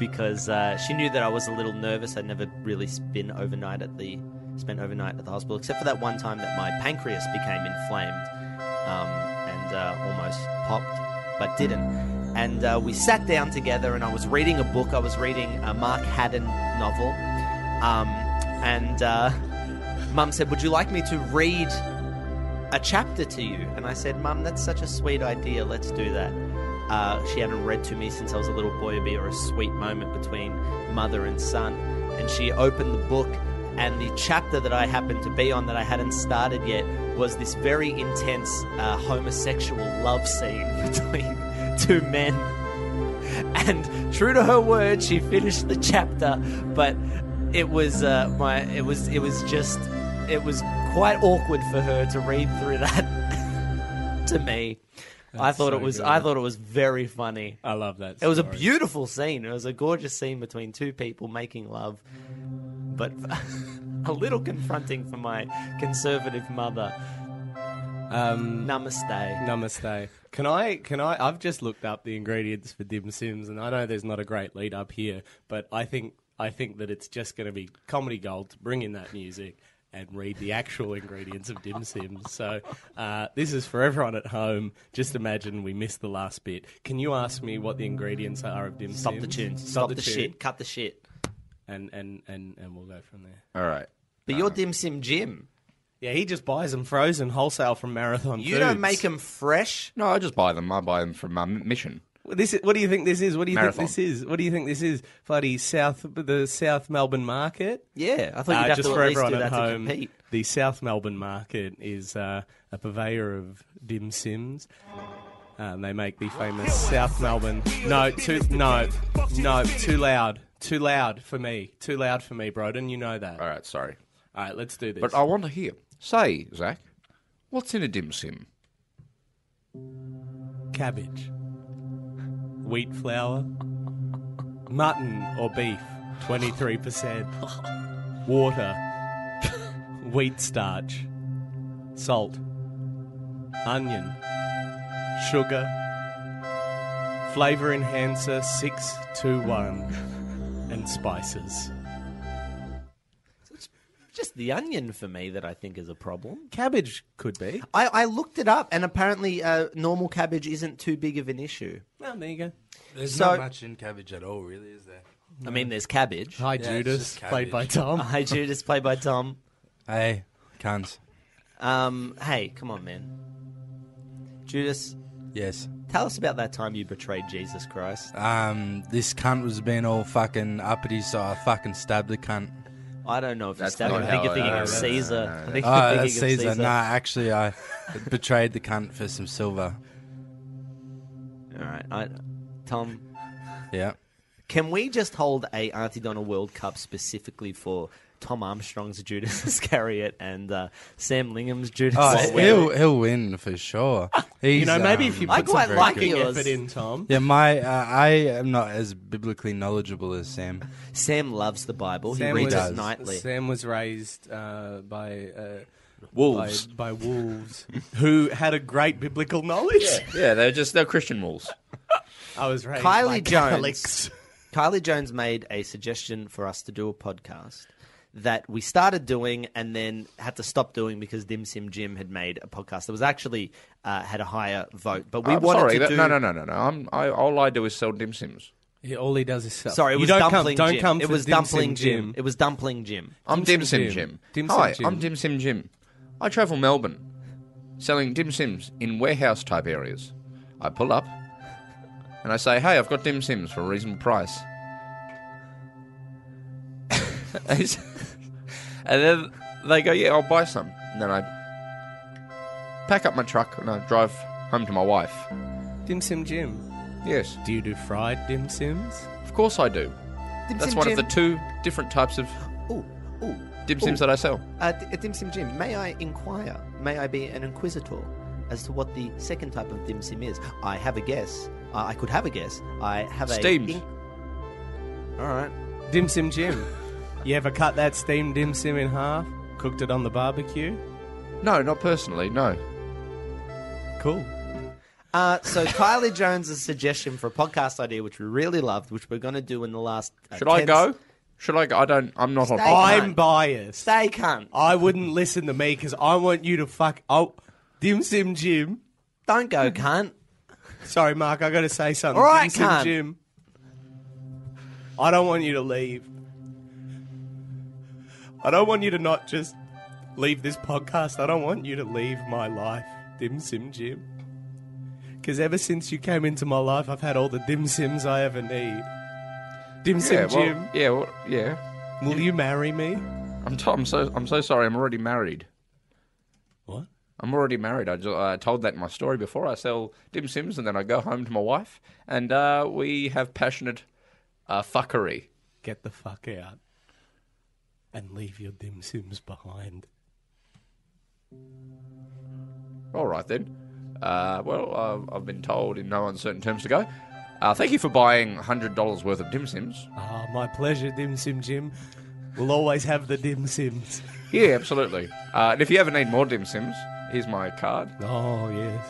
Speaker 4: because uh, she knew that I was a little nervous. I'd never really been overnight at the spent overnight at the hospital, except for that one time that my pancreas became inflamed um, and uh, almost popped, but didn't. And uh, we sat down together, and I was reading a book. I was reading a Mark Haddon novel, um, and uh, Mum said, "Would you like me to read a chapter to you?" And I said, "Mum, that's such a sweet idea. Let's do that." Uh, she hadn't read to me since I was a little boy. It'd be a sweet moment between mother and son. And she opened the book and the chapter that I happened to be on that I hadn't started yet was this very intense uh, homosexual love scene between two men. And true to her word, she finished the chapter, but it was uh, my it was it was just it was quite awkward for her to read through that to me. I thought
Speaker 6: so
Speaker 4: it was
Speaker 6: good.
Speaker 4: I thought it was very funny.
Speaker 6: I love that.
Speaker 4: It was a
Speaker 6: story.
Speaker 4: beautiful scene. It was a gorgeous scene between two people making love, but a little confronting for my conservative mother.
Speaker 6: Um,
Speaker 4: Namaste.
Speaker 6: Namaste. Can I? Can I? I've just looked up the ingredients for dim sims, and I know there's not a great lead up here, but I think I think that it's just going to be comedy gold to bring in that music and read the actual ingredients of dim sims. So uh, this is for everyone at home. Just imagine we missed the last bit. Can you ask me what the ingredients are of dim sims?
Speaker 4: Stop the tune. Stop, the,
Speaker 6: tune,
Speaker 4: shit. Cut the shit.
Speaker 6: and and and and we'll go from there.
Speaker 5: All right.
Speaker 4: But you're Dim Sim Jim.
Speaker 6: Yeah, he just buys them frozen wholesale from Marathon.
Speaker 4: You don't
Speaker 6: Foods.
Speaker 4: make them fresh.
Speaker 5: No, I just buy them. I buy them from um, Mission.
Speaker 6: Well, This is, what do you think this is? What do you
Speaker 5: Marathon.
Speaker 6: think this is? What do you think this is? Bloody South, the South Melbourne market.
Speaker 4: Yeah, I thought you'd have
Speaker 6: Uh, just
Speaker 4: to
Speaker 6: for
Speaker 4: at least
Speaker 6: everyone
Speaker 4: do
Speaker 6: at
Speaker 4: that to
Speaker 6: home,
Speaker 4: compete.
Speaker 6: the South Melbourne market is uh, a purveyor of dim sims. Um, they make the famous South Melbourne. No, too no, no, too loud, too loud for me, too loud for me, Broden. You know that.
Speaker 5: All right, sorry.
Speaker 6: All right, let's do this.
Speaker 5: But I want to hear. Say, Zach, what's in a dim sim?
Speaker 6: cabbage, wheat flour, mutton or beef, 23%, water, wheat starch, salt, onion, sugar, flavour enhancer 621, and spices.
Speaker 4: It's just the onion for me that I think is a problem.
Speaker 6: Cabbage could be.
Speaker 4: I, I looked it up, and apparently, uh, normal cabbage isn't too big of an issue.
Speaker 6: Oh, there you go.
Speaker 7: There's
Speaker 4: So-
Speaker 7: not much in cabbage at all, really, is there?
Speaker 4: I mean, there's cabbage.
Speaker 6: Hi,
Speaker 7: it's
Speaker 6: Judas,
Speaker 7: just cabbage.
Speaker 6: played by Tom.
Speaker 4: Hi, Judas, played by Tom.
Speaker 7: Hey, cunts.
Speaker 4: Um, hey, come on, man. Judas,
Speaker 7: Yes.
Speaker 4: tell us about that time you betrayed Jesus Christ.
Speaker 7: Um, this cunt was being all fucking uppity, so I fucking stabbed the cunt.
Speaker 4: I don't know if you
Speaker 5: That's
Speaker 4: stabbed him.
Speaker 5: not
Speaker 4: I think you're
Speaker 5: how it-
Speaker 4: thinking
Speaker 5: no,
Speaker 4: of
Speaker 5: that's-
Speaker 4: Caesar. I think
Speaker 7: Oh,
Speaker 4: you're
Speaker 7: that's
Speaker 4: thinking of
Speaker 7: Caesar. Nah, actually, I betrayed the cunt for some silver.
Speaker 4: All right, I, Tom.
Speaker 7: Yeah.
Speaker 4: Can we just hold a Auntie Donna World Cup specifically for Tom Armstrong's Judas Iscariot and uh, Sam Lingham's Judas?
Speaker 7: Oh,
Speaker 4: Iscariot?
Speaker 7: he'll, he'll win for sure. um,
Speaker 6: You know, maybe if you put
Speaker 4: I quite
Speaker 6: some
Speaker 4: like
Speaker 6: fucking
Speaker 4: yours.
Speaker 6: effort in, Tom.
Speaker 7: Yeah, my uh, I am not as biblically knowledgeable as Sam.
Speaker 4: Sam loves the Bible.
Speaker 6: Sam
Speaker 4: he reads
Speaker 7: does.
Speaker 4: it nightly.
Speaker 6: Sam was raised uh, by uh,
Speaker 5: Wolves.
Speaker 6: by, by wolves who had a great biblical knowledge.
Speaker 5: Yeah, they're just they're Christian wolves.
Speaker 6: I was raised
Speaker 4: Kylie
Speaker 6: by
Speaker 4: Jones.
Speaker 6: Catholics.
Speaker 4: Kylie Jones made a suggestion for us to do a podcast that we started doing and then had to stop doing because Dim Sim Jim had made a podcast that was actually uh, had a higher vote, but we
Speaker 6: Uh,
Speaker 5: I'm
Speaker 4: wanted
Speaker 5: Uh, sorry,
Speaker 4: to
Speaker 5: but
Speaker 4: do
Speaker 5: no, no, no, no, no. I'm, I, all I do is sell dim sims.
Speaker 6: Yeah, all he does is sell.
Speaker 4: Sorry, it
Speaker 6: You
Speaker 4: was
Speaker 6: don't
Speaker 4: Dumpling
Speaker 6: come,
Speaker 4: Jim.
Speaker 6: Don't come.
Speaker 4: it
Speaker 6: for
Speaker 4: was
Speaker 6: Dim Sim
Speaker 4: Dumpling Jim. It was Dumpling Jim.
Speaker 5: I'm
Speaker 6: Dim
Speaker 5: dim,
Speaker 6: Sim
Speaker 5: sim,
Speaker 6: Jim.
Speaker 5: Jim.
Speaker 6: Dim Sim
Speaker 5: Hi,
Speaker 6: Jim.
Speaker 5: I'm dim sim Jim. I travel Melbourne, selling dim sims in warehouse type areas. I pull up, and I say, "Hey, I've got dim sims for a reasonable price." and then they go, "Yeah, I'll buy some." And then I pack up my truck and I drive home to my wife.
Speaker 6: Dim Sim Jim.
Speaker 5: Yes,
Speaker 6: Do you do fried dim sims?
Speaker 5: of course I do.
Speaker 4: Dim
Speaker 5: That's
Speaker 4: Sim
Speaker 5: one
Speaker 4: Jim.
Speaker 5: of the two different types of
Speaker 4: Ooh, ooh.
Speaker 5: dim sims
Speaker 4: Ooh.
Speaker 5: that I sell.
Speaker 4: Uh, D- Dim Sim Jim, may I inquire? May I be an inquisitor as to what the second type of Dim Sim is? I have a guess. Uh, I I could have a guess. I have a
Speaker 5: Steamed.
Speaker 4: All right.
Speaker 6: Dim Sim Jim. You ever cut that steamed dim sim in half? Cooked it on the barbecue?
Speaker 5: No, not personally. No.
Speaker 6: Cool.
Speaker 4: Uh, so Kylie Jones' suggestion for a podcast idea, which we really loved, which we're going to do in the last. Uh,
Speaker 5: Should I
Speaker 4: 10
Speaker 5: go? Should I go? I don't. I'm not
Speaker 4: Stay-
Speaker 5: on.
Speaker 6: I'm
Speaker 4: can't.
Speaker 6: biased.
Speaker 4: Stay cunt.
Speaker 6: I wouldn't listen to me because I want you to fuck. Oh, Dim Sim Jim.
Speaker 4: Don't go, cunt.
Speaker 6: Sorry, Mark, I got to say something.
Speaker 4: All right,
Speaker 6: Dim Sim
Speaker 4: cunt.
Speaker 6: Jim. I don't want you to leave. I don't want you to not just leave this podcast. I don't want you to leave my life, Dim Sim Jim. Because ever since you came into my life, I've had all the Dim Sims I ever need. Dim Sim
Speaker 5: Yeah, well,
Speaker 6: Jim,
Speaker 5: yeah, well, yeah.
Speaker 6: will you marry me?
Speaker 5: I'm, t- I'm so. I'm so sorry. I'm already married.
Speaker 6: What?
Speaker 5: I'm already married. I, ju- I told that in my story before. I sell dim sims and then I go home to my wife and uh, we have passionate uh, fuckery.
Speaker 6: get the fuck out and leave your dim sims behind.
Speaker 5: All right then. Uh, well, I've, I've been told in no uncertain terms to go. Uh, thank you for buying hundred dollars worth of dim sims.
Speaker 6: Ah, my pleasure, Dim Sim Jim. We'll always have the dim sims.
Speaker 5: Yeah, absolutely. Uh, and if you ever need more dim sims, here's my card.
Speaker 6: Oh, yes.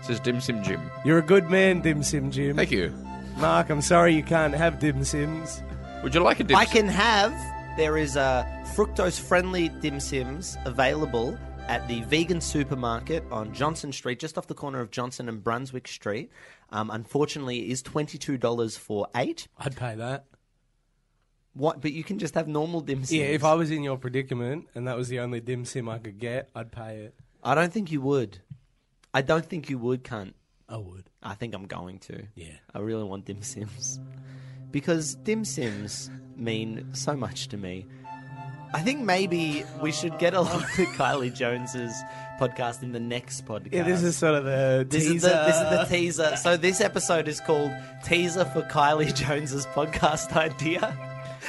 Speaker 5: It says Dim Sim Jim.
Speaker 6: You're a good man, Dim Sim Jim.
Speaker 5: Thank you.
Speaker 6: Mark, I'm sorry you can't have dim sims.
Speaker 5: Would you like a dim?
Speaker 4: I
Speaker 5: Sim?
Speaker 4: can have. There is a fructose-friendly dim sims available at the vegan supermarket on Johnson Street, just off the corner of Johnson and Brunswick Street. Um, unfortunately, it is twenty-two dollars for eight.
Speaker 6: I'd pay that.
Speaker 4: What? But you can just have normal dim sims.
Speaker 6: Yeah, if I was in your predicament and that was the only dim sim I could get, I'd pay it.
Speaker 4: I don't think you would. I don't think you would, cunt.
Speaker 6: I would.
Speaker 4: I think I'm going to.
Speaker 6: Yeah.
Speaker 4: I really want dim sims. Because dim sims mean so much to me. I think maybe we should get along to Kylie Jones's podcast in the next podcast.
Speaker 6: Yeah, this is sort of the
Speaker 4: This
Speaker 6: teaser.
Speaker 4: is, the, this is the teaser. So this episode is called "Teaser for Kylie Jones's Podcast Idea,"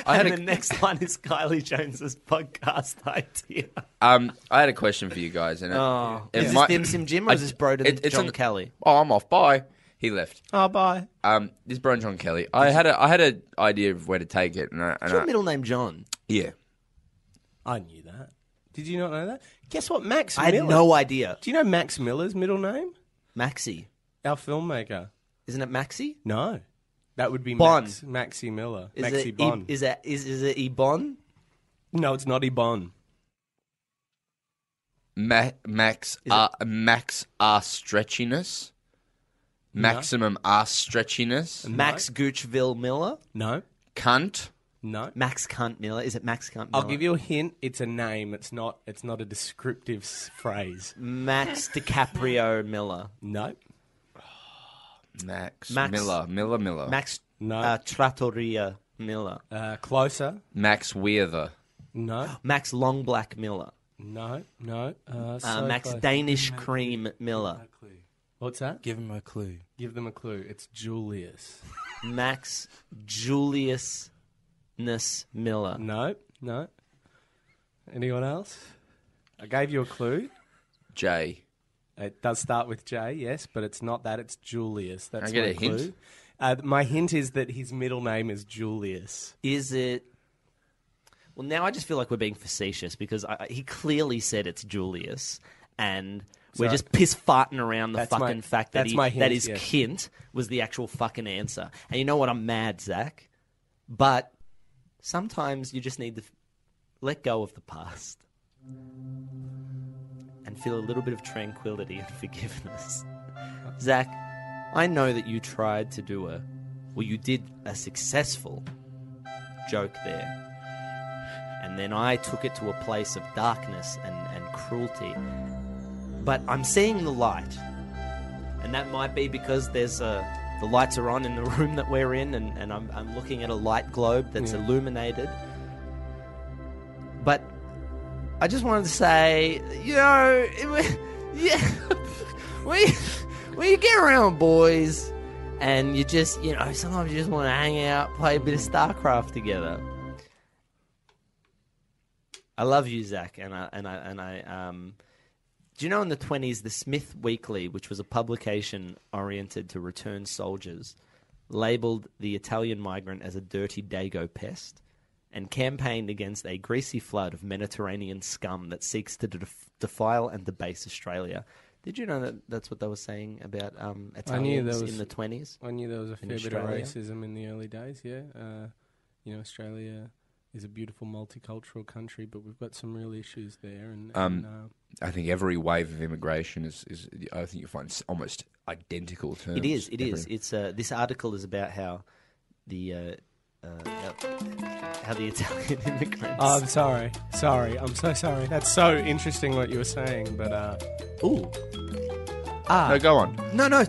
Speaker 5: I had
Speaker 4: and
Speaker 5: a-
Speaker 4: the next one is Kylie Jones's podcast idea.
Speaker 5: Um, I had a question for you guys. And it,
Speaker 4: Oh.
Speaker 5: it
Speaker 4: Is this Dim Sim Jim or
Speaker 5: I-
Speaker 4: is this Broden John Kelly?
Speaker 5: Oh, I'm off. Bye. He left.
Speaker 6: oh, bye.
Speaker 5: Um, this is Broden John Kelly. I had a I had an idea of where to take it, and, I, and
Speaker 4: What's your
Speaker 5: I-
Speaker 4: middle name, John?
Speaker 5: yeah,
Speaker 6: I knew that. Did you not know that? Guess what, Max
Speaker 4: I had
Speaker 6: Miller-
Speaker 4: no idea.
Speaker 6: Do you know Max Miller's middle name?
Speaker 4: Maxi,
Speaker 6: Our filmmaker.
Speaker 4: isn't it Maxi?
Speaker 6: No. That would be
Speaker 4: Bon.
Speaker 6: Max, Maxi Miller.
Speaker 4: Is
Speaker 6: Maxi
Speaker 4: it
Speaker 6: Bon.
Speaker 4: E, is it is is it Ebon?
Speaker 6: no, it's not E Ebon.
Speaker 5: Ma- max uh, max R stretchiness, maximum R stretchiness,
Speaker 4: Max Goochville Miller?
Speaker 6: No.
Speaker 5: cunt.
Speaker 6: No.
Speaker 4: Max Cunt Miller? Is it Max Cunt? Miller?
Speaker 6: I'll give you a hint. It's a name. It's not it's not a descriptive s- phrase.
Speaker 4: Max DiCaprio Miller.
Speaker 6: No.
Speaker 5: Max,
Speaker 4: Max-
Speaker 5: Miller Miller Miller
Speaker 4: Max
Speaker 6: No.
Speaker 4: uh, Trattoria Miller.
Speaker 6: Uh, closer.
Speaker 5: Max Weirther.
Speaker 6: No.
Speaker 4: Max Long Black Miller.
Speaker 6: No. No. Uh,
Speaker 4: Uh,
Speaker 6: so
Speaker 4: Max
Speaker 6: close.
Speaker 4: Danish Cream Miller.
Speaker 6: What's that? Give,
Speaker 7: Give him a clue.
Speaker 6: give them a clue. It's Julius.
Speaker 4: Max Juliusness Miller.
Speaker 6: No. No. Anyone else? I gave you a clue.
Speaker 5: J.
Speaker 6: It does start with J, yes, but it's not that. It's Julius. That's
Speaker 5: I get
Speaker 6: my
Speaker 5: a hint?
Speaker 6: clue. Uh, my hint is that his middle name is Julius.
Speaker 4: Is it. Well, now I just feel like we're being facetious because I, I- he clearly said it's Julius and. We're
Speaker 6: So-
Speaker 4: just piss farting around the
Speaker 6: That's my-
Speaker 4: fucking fact that
Speaker 6: that's
Speaker 4: he,
Speaker 6: my hint,
Speaker 4: that his
Speaker 6: yeah.
Speaker 4: kint was the actual fucking answer. And you know what? I'm mad, Zach. But sometimes you just need to f- let go of the past and feel a little bit of tranquility and forgiveness. Zach, I know that you tried to do a, well, you did a successful joke there. And then I took it to a place of darkness and, and cruelty. But I'm seeing the light. And that might be because there's a. The lights are on in the room that we're in, and, and I'm, I'm looking at a light globe that's illuminated. But I just wanted to say, you know, it- yeah, when you, when you get around boys and you just, you know, sometimes you just want to hang out, play a bit of StarCraft together. I love you, Zach, and I and I and I um, Do you know in the 20s, the Smith Weekly, which was a publication oriented to returned soldiers, labeled the Italian migrant as a dirty dago pest and campaigned against a greasy flood of Mediterranean scum that seeks to def- defile and debase Australia? Did you know that that's what they were saying about um,
Speaker 8: knew there
Speaker 4: Italians
Speaker 8: was-
Speaker 4: in the 20s?
Speaker 8: I knew there was a fair bit
Speaker 4: Australia?
Speaker 8: of racism in the early days. Yeah, uh, you know, Australia is a beautiful multicultural country, but we've got some real issues there. And,
Speaker 4: Um,
Speaker 8: and, uh,
Speaker 5: I think every wave of immigration is, is I think you find s- almost identical terms.
Speaker 4: It is. It
Speaker 5: every-
Speaker 4: is. It's uh, this article is about how the uh, uh, how- how the Italian immigrants.
Speaker 8: oh, I'm sorry, sorry, I'm so sorry. That's so interesting what you were saying, but uh, ooh,
Speaker 5: No, go on.
Speaker 4: no, no.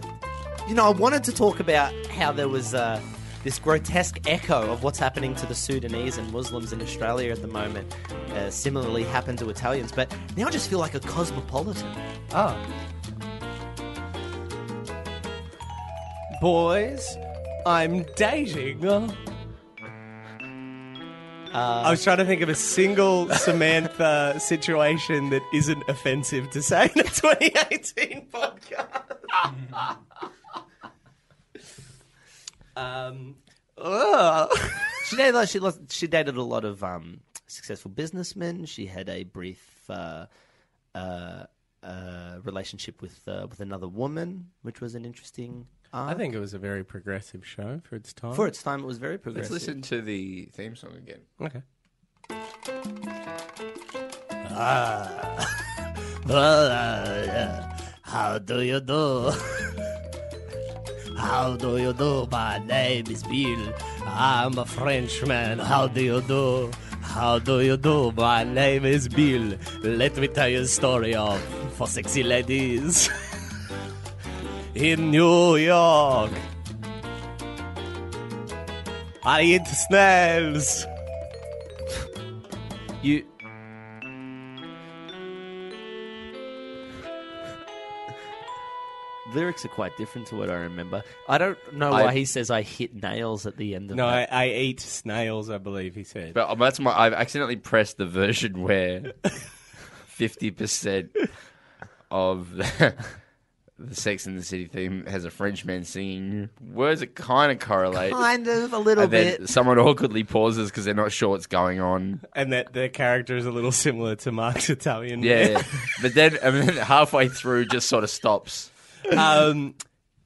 Speaker 4: You know, I wanted to talk about how there was uh, this grotesque echo of what's happening to the Sudanese and Muslims in Australia at the moment. Uh, similarly, happened to Italians, but now I just feel like a cosmopolitan.
Speaker 6: Boys, I'm dating.
Speaker 4: Uh,
Speaker 6: I was trying to think of a single Samantha situation that isn't offensive to say in a 2018 podcast. um,
Speaker 4: Oh.
Speaker 6: ugh.
Speaker 4: She dated, a lot- she, lo- she dated a lot of um, successful businessmen. She had a brief uh, uh, uh, relationship with uh, with another woman, which was an interesting.
Speaker 8: I think it was a very progressive show for its time.
Speaker 4: For its time, it was very
Speaker 5: Let's
Speaker 4: progressive.
Speaker 5: listen to the theme song again.
Speaker 8: okay.
Speaker 6: Ah.
Speaker 4: How do you do? How do you do? My name is Bill. I'm a Frenchman. How do you do?
Speaker 6: How do you do? My name is Bill. Let me tell you a story of for sexy ladies in New York. I eat snails.
Speaker 4: You. Lyrics are quite different to what I remember. I don't know
Speaker 5: I-
Speaker 4: why he says I hit nails at the end of
Speaker 8: No,
Speaker 4: that.
Speaker 8: I, I eat snails. I believe he said.
Speaker 5: But uh, that's my. I've accidentally pressed the version where fifty percent of the, the Sex and the City theme has a Frenchman singing words that kind of correlate.
Speaker 4: Kind of a little
Speaker 5: and then
Speaker 4: bit.
Speaker 5: someone awkwardly pauses because they're not sure what's going on.
Speaker 6: And that the character is a little similar to Mark's Italian.
Speaker 5: Yeah, but then and then halfway through, just sort of stops.
Speaker 6: um,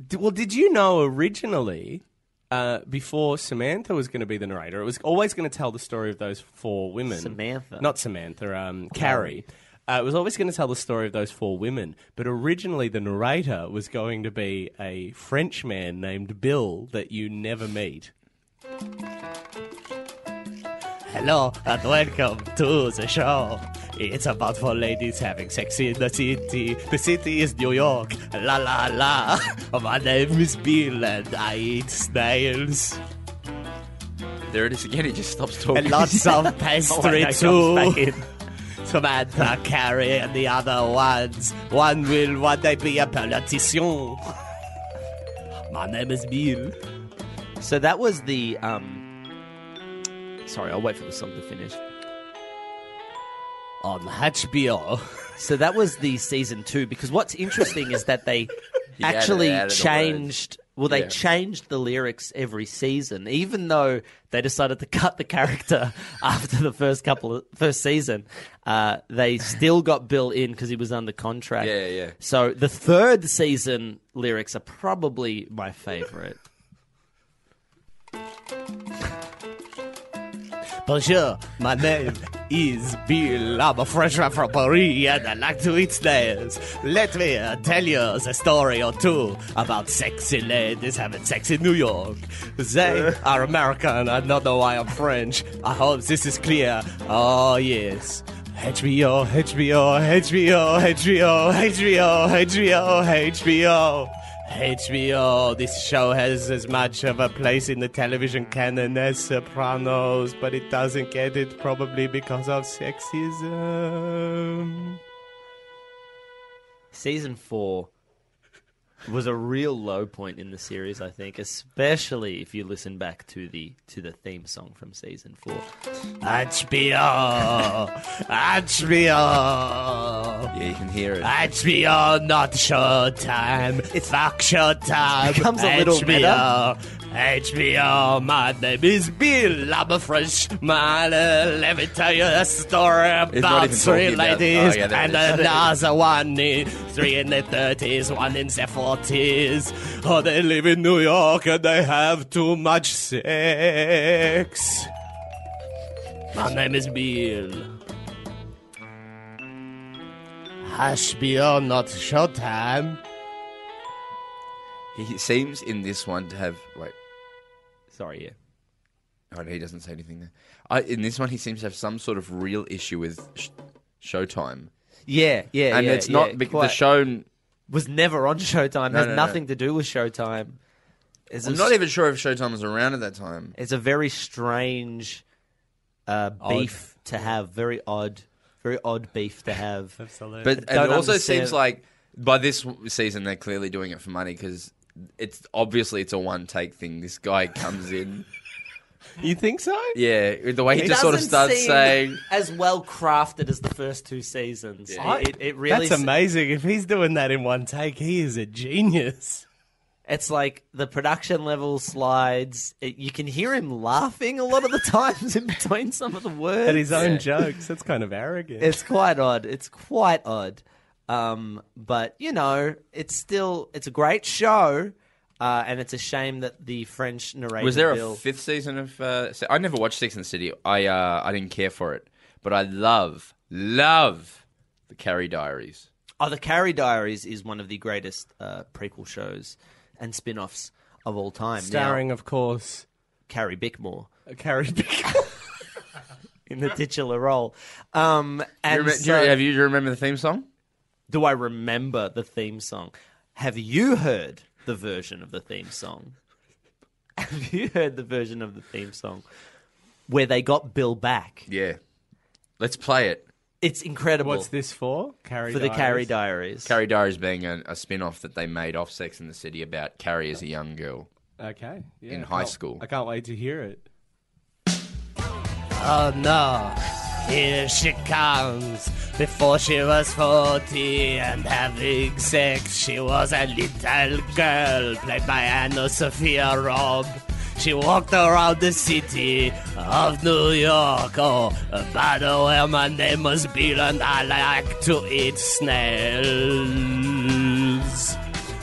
Speaker 6: d- well, did you know originally, uh, before Samantha was going to be the narrator, it was always going to tell the story of those four women.
Speaker 4: Samantha.
Speaker 6: Not Samantha, um, Carrie. Uh, it was always going to tell the story of those four women, but originally the narrator was going to be a French man named Bill that you never meet. Hello and welcome to the show. It's about four ladies having sex in the city. The city is New York. La la la. My name is Bill and I eat snails.
Speaker 5: There it is again. He just stops talking.
Speaker 6: And lots of pastry too.
Speaker 4: in.
Speaker 6: Samantha, Carrie, and the other ones. One will one day be a politician. My name is Bill.
Speaker 4: So that was the. um Sorry, I'll wait for the song to finish.
Speaker 6: On HBO.
Speaker 4: So that was the season two because what's interesting is that they
Speaker 5: added-
Speaker 4: actually
Speaker 5: added a
Speaker 4: changed. Well, they
Speaker 5: Yeah.
Speaker 4: changed the lyrics every season, even though they decided to cut the character after the first couple of first season. Uh, they still got Bill in because he was under contract.
Speaker 5: Yeah, yeah.
Speaker 4: So the third season lyrics are probably my favorite.
Speaker 6: Bonjour, my name is Bill. I'm a Frenchman from Paris and I like to eat snails. Let me uh, tell you a story or two about sexy ladies having sex in New York. They are American. I don't know why I'm French. I hope this is clear. Oh, yes. HBO, HBO, HBO, HBO, HBO, HBO, HBO. HBO, this show has as much of a place in the television canon as Sopranos, but it doesn't get it probably because of sexism.
Speaker 4: Season four was a real low point in the series, I think, especially if you listen back to the to the theme song from season four.
Speaker 9: HBO, HBO,
Speaker 5: Yeah, you can hear it.
Speaker 9: HBO, not Showtime, it's fuck Showtime.
Speaker 4: Becomes a little
Speaker 9: HBO,
Speaker 4: meta.
Speaker 9: HBO, my name is Bill, I'm a Frenchman, uh, let me tell you a story
Speaker 5: even
Speaker 9: about three
Speaker 5: talking about-
Speaker 9: ladies
Speaker 5: oh, yeah, there
Speaker 9: and
Speaker 5: it is.
Speaker 9: another one, in, three in their 30s, one in their 40s. Oh, they live in New York and they have too much sex. My name is Bill. HBO, not Showtime.
Speaker 5: He seems in this one to have like.
Speaker 4: Sorry, yeah.
Speaker 5: Oh no, he doesn't say anything there. I, in this one, he seems to have some sort of real issue with sh- Showtime,
Speaker 4: Yeah, yeah,
Speaker 5: and
Speaker 4: yeah,
Speaker 5: it's not
Speaker 4: yeah,
Speaker 5: bec- the
Speaker 4: quite.
Speaker 5: show. n-
Speaker 4: was never on Showtime.
Speaker 5: No,
Speaker 4: has
Speaker 5: no, no.
Speaker 4: nothing to do with Showtime. It's
Speaker 5: I'm
Speaker 4: a
Speaker 5: not
Speaker 4: s-
Speaker 5: even sure if Showtime was around at that time.
Speaker 4: It's a very strange uh, beef to have. Very odd. Very odd beef to have.
Speaker 10: Absolutely.
Speaker 5: But and it
Speaker 4: don't
Speaker 5: also
Speaker 4: understand-
Speaker 5: seems like by this w- season they're clearly doing it for money because it's obviously it's a one take thing. This guy comes in,
Speaker 9: You think so?
Speaker 5: yeah, with the way he just sort of
Speaker 4: doesn't
Speaker 5: starts
Speaker 4: seem
Speaker 5: saying,
Speaker 4: as well crafted as the first two seasons.
Speaker 5: Yeah.
Speaker 4: It, it, it really
Speaker 9: That's amazing. If he's doing that in one take, he is a genius.
Speaker 4: It's like the production level slides. It, you can hear him laughing a lot of the times in between some of the words.
Speaker 9: At his own jokes. That's kind of arrogant.
Speaker 4: it's quite odd. It's quite odd. Um, but you know, it's still it's a great show, uh, and it's a shame that the French narrator
Speaker 5: "Was there a
Speaker 4: Bill-
Speaker 5: fifth season of?" Uh, se- I never watched Sex and the City. I uh, I didn't care for it, but I love love the Carrie Diaries.
Speaker 4: Oh, the Carrie Diaries is one of the greatest uh, prequel shows and spin-offs of all time. Now,
Speaker 9: Starring, of course,
Speaker 4: Carrie Bickmore
Speaker 9: Carrie Bickle.
Speaker 4: in the titular role. Um,
Speaker 5: Do
Speaker 4: and
Speaker 5: you remem- do you-
Speaker 4: so-
Speaker 5: have you, do you remember the theme song?
Speaker 4: do I remember the theme song? Have you heard the version of the theme song? Have you heard the version of the theme song where they got Bill back?
Speaker 5: Yeah, let's play it.
Speaker 4: It's incredible
Speaker 9: What's this for? Carrie
Speaker 4: for the
Speaker 9: Diaries.
Speaker 4: Carrie Diaries.
Speaker 5: Carrie Diaries being a, a spin off that they made off Sex and the City about Carrie as a young girl.
Speaker 9: Okay. yeah,
Speaker 5: In
Speaker 9: I
Speaker 5: high
Speaker 9: can't-
Speaker 5: school.
Speaker 9: I can't wait to hear it.
Speaker 6: Oh no, here she comes. Before she was 40 and having sex, she was a little girl played by Anna Sophia Robb. She walked around the city of New York. Oh, by the way, my name was Bill and I like to eat snails.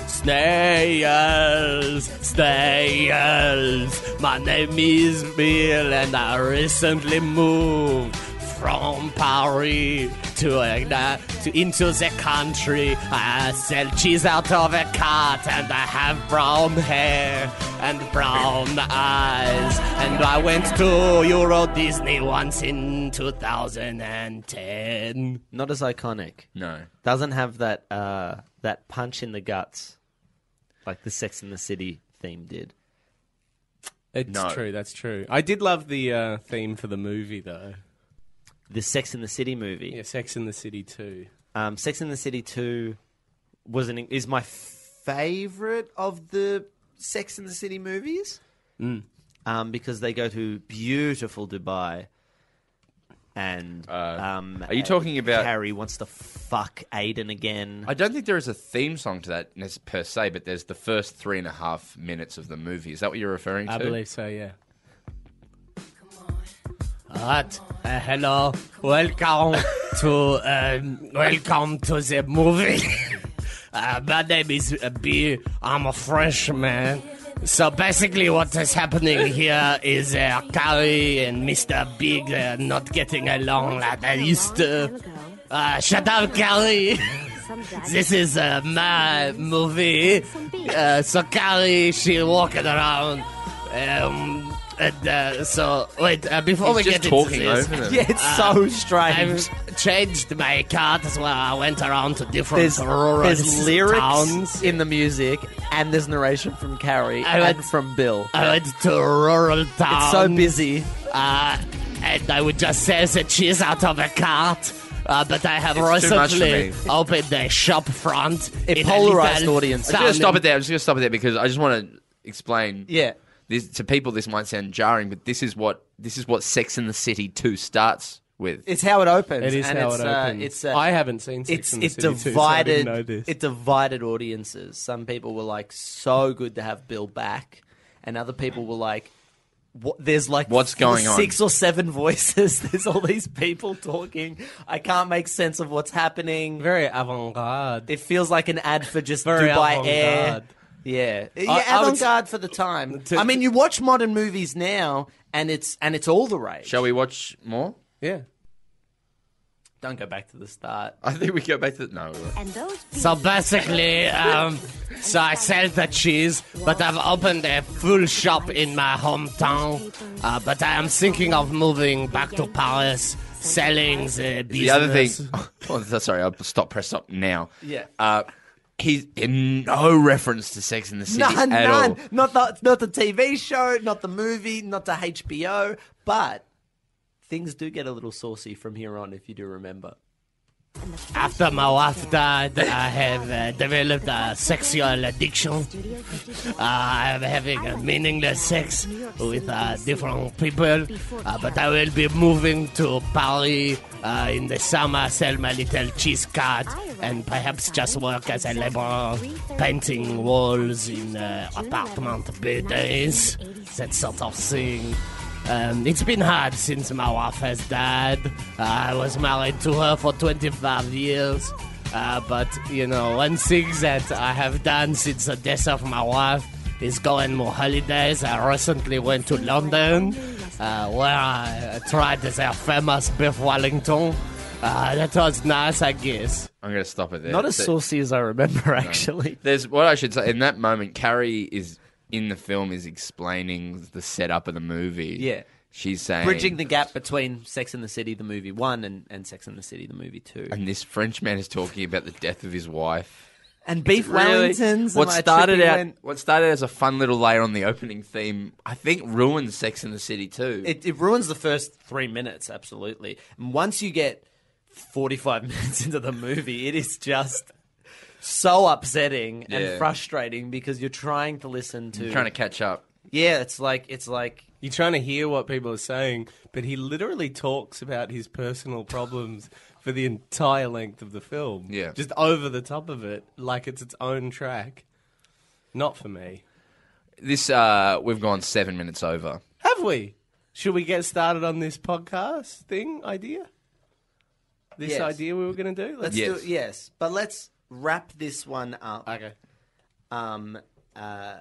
Speaker 6: Snails, snails. My name is Bill, and I recently moved from Paris to, uh, to into the country. I sell cheese out of a cart, and I have brown hair and brown eyes. And I went to Euro Disney once in 2010.
Speaker 4: Not as iconic.
Speaker 5: No.
Speaker 4: Doesn't have that uh, that punch in the guts like the Sex and the City theme did.
Speaker 10: it's
Speaker 5: No.
Speaker 10: true. That's true.
Speaker 9: I did love the uh, theme for the movie, though.
Speaker 4: The Sex and the City movie.
Speaker 10: Yeah, Sex in the City too.
Speaker 4: Um, Sex and the City Two was an is my favorite of the Sex and the City movies, um, because they go to beautiful Dubai, and
Speaker 5: Uh,
Speaker 4: um,
Speaker 5: are you talking about-
Speaker 4: Harry wants to fuck Aiden again?
Speaker 5: I don't think there is a theme song to that nes- per se, but there's the first three and a half minutes of the movie. Is that what you're referring to?
Speaker 10: I believe so. Yeah.
Speaker 6: But uh, hello, welcome to um, welcome to the movie. uh, my name is uh, B. I'm a Frenchman. So basically, what is happening here is uh, Carrie and Mr. Big uh, not getting along like they used to. Uh, shut up, Carrie. This is uh, my movie. Uh, so Carrie, she walking around. Um, and, uh, so wait, uh, before
Speaker 5: He's
Speaker 6: we
Speaker 5: Oh, just
Speaker 6: get
Speaker 5: talking
Speaker 6: into this,
Speaker 5: over them.
Speaker 4: yeah, it's so strange.
Speaker 6: I've changed my card as well. I went around to different
Speaker 4: There's,
Speaker 6: rural
Speaker 4: there's lyrics
Speaker 6: towns.
Speaker 4: in the music, and there's narration from Carrie
Speaker 6: I
Speaker 4: and
Speaker 6: went-
Speaker 4: from Bill.
Speaker 6: I went to rural towns.
Speaker 4: It's so busy.
Speaker 6: Uh, and I would just sell the cheese out of a cart. uh, but I have
Speaker 5: It's too much for
Speaker 6: recently
Speaker 5: me.
Speaker 6: opened the shop front.
Speaker 4: It
Speaker 6: in a
Speaker 4: polarized
Speaker 6: little
Speaker 4: audience.
Speaker 5: I'm just gonna stop
Speaker 6: town
Speaker 5: it there. I'm just gonna stop it there because I just want to explain.
Speaker 4: Yeah.
Speaker 5: This, to people, this might sound jarring, but this is what this is what Sex in the City two starts with.
Speaker 4: It's how it opens.
Speaker 7: It is
Speaker 4: and
Speaker 7: how
Speaker 4: it's,
Speaker 7: it
Speaker 4: uh,
Speaker 7: opens.
Speaker 4: it's, uh,
Speaker 7: I haven't seen Sex
Speaker 4: it's
Speaker 7: and the
Speaker 4: it
Speaker 7: City too, so I
Speaker 4: divided
Speaker 7: didn't know this.
Speaker 4: it divided audiences. Some people were like so good to have Bill back, and other people were like. What, there's like
Speaker 5: What's going on?
Speaker 4: six or seven voices. There's all these people talking. I can't make sense of what's happening.
Speaker 6: Very avant-garde.
Speaker 4: It feels like an ad for just
Speaker 6: Very
Speaker 4: Dubai Air.
Speaker 6: avant-garde.
Speaker 4: Yeah, yeah,
Speaker 6: I would-
Speaker 4: avant-garde for the time. I mean, you watch modern movies now, and it's and it's all the rage.
Speaker 5: Shall we watch more?
Speaker 7: Yeah.
Speaker 4: Don't go back to the start.
Speaker 5: I think we go back to the, no. we won't.
Speaker 11: And those
Speaker 6: So basically, um, so I sell the cheese, but I've opened a full shop in my hometown. Uh, but I am thinking of moving back to Paris, selling the business.
Speaker 5: The other thing. Oh, sorry, I'll stop. Press stop now.
Speaker 4: Yeah.
Speaker 5: Uh, he's in no reference to Sex in the City
Speaker 4: None,
Speaker 5: at
Speaker 4: none.
Speaker 5: all.
Speaker 4: Not the not the TV show, not the movie, not the HBO. But things do get a little saucy from here on, if you do remember.
Speaker 6: After my wife died, I have uh, developed a sexual addiction. Uh, I'm having a meaningless sex with uh, different people, uh, but I will be moving to Paris uh, in the summer, sell my little cheese cart, and perhaps just work as a laborer, painting walls in uh, apartment buildings, that sort of thing. Um, it's been hard since my wife has died. I was married to her for 25 years. Uh, but, you know, one thing that I have done since the death of my wife is go on more holidays. I recently went to London, uh, where I tried their famous beef Wellington. Uh, that was nice, I guess.
Speaker 5: I'm going to stop it there.
Speaker 4: Not as
Speaker 5: Th-
Speaker 4: saucy as I remember, actually.
Speaker 5: There's what I should say in that moment. Carrie is in the film is explaining the setup of the movie.
Speaker 4: Yeah.
Speaker 5: She's saying
Speaker 4: Bridging the gap between Sex and the City, the movie one, and, and Sex and the City, the movie two.
Speaker 5: and this French man is talking about the death of his wife.
Speaker 4: And Beef Wellingtons. and
Speaker 5: What
Speaker 4: my
Speaker 5: started
Speaker 4: trippy
Speaker 5: out,
Speaker 4: went-
Speaker 5: what started as a fun little layer on the opening theme, I think ruined Sex in the City too.
Speaker 4: It, it ruins the first three minutes, absolutely. And once you get 45 minutes into the movie, it is just so upsetting
Speaker 5: Yeah.
Speaker 4: and frustrating because you're trying to listen to.
Speaker 5: trying to catch up.
Speaker 4: yeah, it's like it's like
Speaker 7: You're trying to hear what people are saying, but he literally talks about his personal problems for the entire length of the film.
Speaker 5: Yeah.
Speaker 7: Just over the top of it, like it's its own track. Not for me.
Speaker 5: This uh, we've gone seven minutes over.
Speaker 7: Have we? Should we get started on this podcast thing idea? This
Speaker 4: Yes.
Speaker 7: idea we were going to do?
Speaker 4: let's
Speaker 7: Let's
Speaker 4: do
Speaker 5: Yes.
Speaker 4: it. Yes, but let's wrap this one up.
Speaker 7: Okay.
Speaker 4: Um, uh,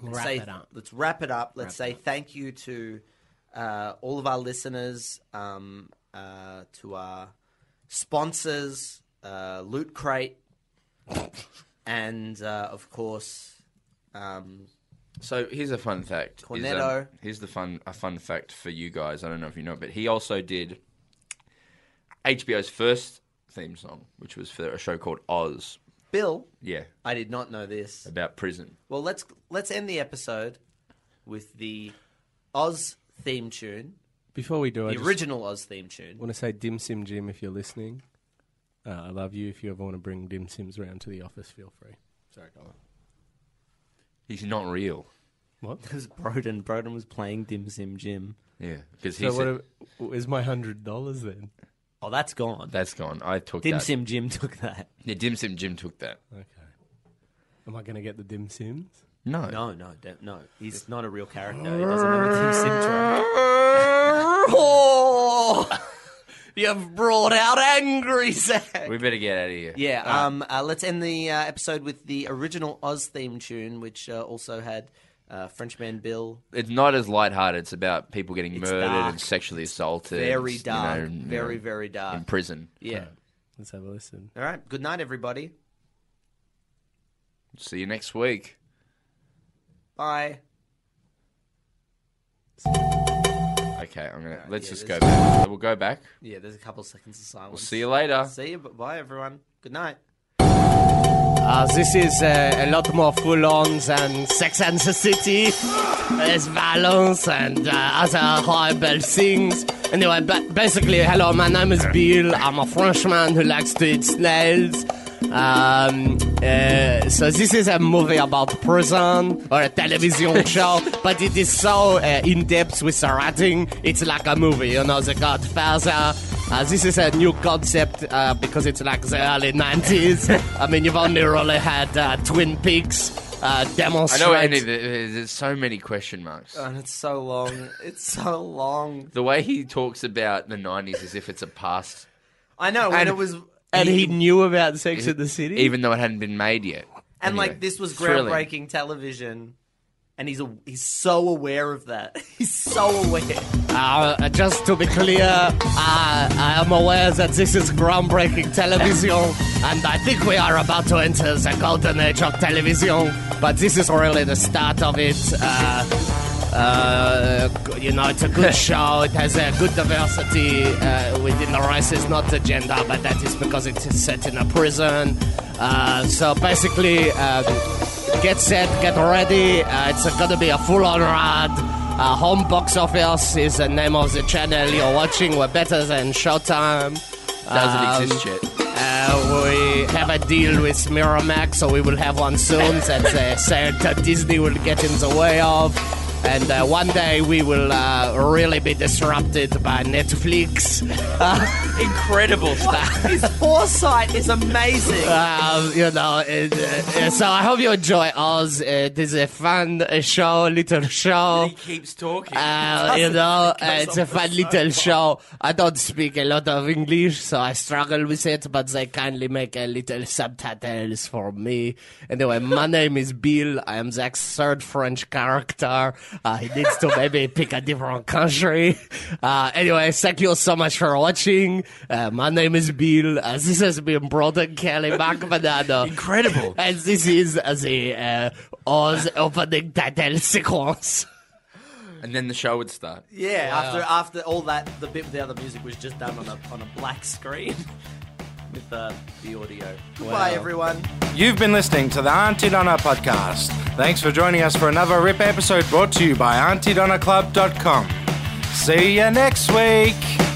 Speaker 6: Wrap
Speaker 4: say-
Speaker 6: it up.
Speaker 4: Let's wrap it up. Let's say thank you to uh, all of our listeners, um, uh, to our sponsors, uh, Loot Crate, and uh, of course, um,
Speaker 5: So here's a fun fact. is, um,
Speaker 4: Cornetto.
Speaker 5: here's the fun a fun fact for you guys. I don't know if you know, but he also did HBO's first theme song, which was for a show called Oz.
Speaker 4: Bill.
Speaker 5: Yeah,
Speaker 4: I did not know this.
Speaker 5: about prison.
Speaker 4: Well, let's let's end the episode with the Oz theme tune,
Speaker 7: Before we do
Speaker 4: the
Speaker 7: it, I just
Speaker 4: original Oz theme tune.
Speaker 7: want to say Dim Sim Jim if you're listening. Uh, I love you. If you ever want to bring Dim Sims around to the office, feel free. Sorry, Colin.
Speaker 5: He's not real.
Speaker 4: It was Broden. Broden was playing Dim Sim Jim.
Speaker 5: Yeah, because he
Speaker 7: So
Speaker 5: said,
Speaker 7: what? Have, is my hundred dollars then?
Speaker 4: Oh, that's gone.
Speaker 5: that's gone. I took
Speaker 4: Dim
Speaker 5: that.
Speaker 4: Sim Jim took that.
Speaker 5: Yeah, Dim Sim Jim took that.
Speaker 7: Okay. Am I going to get the Dim Sims?
Speaker 5: No,
Speaker 4: No, no, don't- no. He's not a real character. He doesn't have a Tim Syndrome.
Speaker 6: You've brought out angry Zach.
Speaker 5: we better get out of here.
Speaker 4: Yeah. Um. Uh, let's end the uh, episode with the original Oz theme tune, which uh, also had uh, Frenchman Bill.
Speaker 5: It's not as lighthearted. It's about people getting
Speaker 4: It's
Speaker 5: murdered
Speaker 4: dark.
Speaker 5: and sexually assaulted.
Speaker 4: Very
Speaker 5: you know,
Speaker 4: dark.
Speaker 5: you know,
Speaker 4: very, very dark.
Speaker 5: in prison.
Speaker 4: yeah.
Speaker 7: Let's have a listen.
Speaker 4: All right. Good night, everybody.
Speaker 5: See you next week.
Speaker 4: Bye.
Speaker 5: Okay, I'm gonna. let's
Speaker 4: yeah,
Speaker 5: just go.
Speaker 4: there's-
Speaker 5: Back. We'll go back.
Speaker 4: Yeah. There's a couple seconds of silence.
Speaker 5: We'll see you later.
Speaker 4: See you. Bye, everyone. Good night.
Speaker 6: Uh, this is uh, a lot more full on than Sex and the City. There's violence and uh, other horrible things. Anyway, ba- basically, hello, my name is Bill. I'm a Frenchman who likes to eat snails. Um, uh, so this is a movie about prison or a television show, but it is so uh, in depth with the writing. It's like a movie, you know, The Godfather. Uh, this is a new concept uh, because it's like the early 90s. I mean, you've only really had uh, Twin Peaks uh,
Speaker 5: I
Speaker 6: demonstrate.
Speaker 5: know Andy. There's there's so many question marks.
Speaker 4: And it's so long. It's so long.
Speaker 5: The way he talks about the '90s as if it's a past,
Speaker 4: I know when
Speaker 5: And-
Speaker 4: it was,
Speaker 6: and he knew about Sex in the City.
Speaker 5: even though it hadn't been made yet.
Speaker 4: and
Speaker 5: Anyway,
Speaker 4: like this was
Speaker 5: thrilling.
Speaker 4: groundbreaking television. And he's a, he's so aware of that. He's so aware.
Speaker 6: Uh, uh, just to be clear, uh, I am aware that this is groundbreaking television, and I think we are about to enter the golden age of television, but this is really the start of it. Uh, uh, g- you know, it's a good show, it has a good diversity uh, within the races, not the gender, but that is because it is set in a prison. Uh, so basically, um, Get set, get ready. Uh, it's gonna be a full on ride. Uh, home box office is the name of the channel you're watching. We're better than Showtime.
Speaker 5: doesn't
Speaker 6: Um,
Speaker 5: exist yet.
Speaker 6: Uh, we have a deal with Miramax, so we will have one soon that they say that Disney will get in the way of. And uh, one day we will uh, really be disrupted by Netflix.
Speaker 5: Incredible stuff.
Speaker 4: His foresight is amazing.
Speaker 6: Um, you know, it, uh, so I hope you enjoy ours. It is a fun uh, show, little show.
Speaker 5: He keeps talking.
Speaker 6: Uh, you know, uh, it's a fun little show. I don't speak a lot of English, so I struggle with it, but they kindly make a little subtitles for me. Anyway, my name is Bill. I am Zach's third French character. Uh, he needs to maybe pick a different country. Uh, anyway, thank you so much for watching. Uh, my name is Bill. Uh, this has been Broden Kelly Mark Banana.
Speaker 5: Incredible.
Speaker 6: And this is uh, the uh, Oz opening title sequence.
Speaker 5: and then the show would start.
Speaker 4: Yeah, after after all that, the bit with the other music was just done on a on a black screen with uh, the audio. Goodbye, everyone.
Speaker 7: You've been listening to the Auntie Donna podcast. Thanks for joining us for another RIP episode brought to you by AuntieDonnaClub.com. See you next week.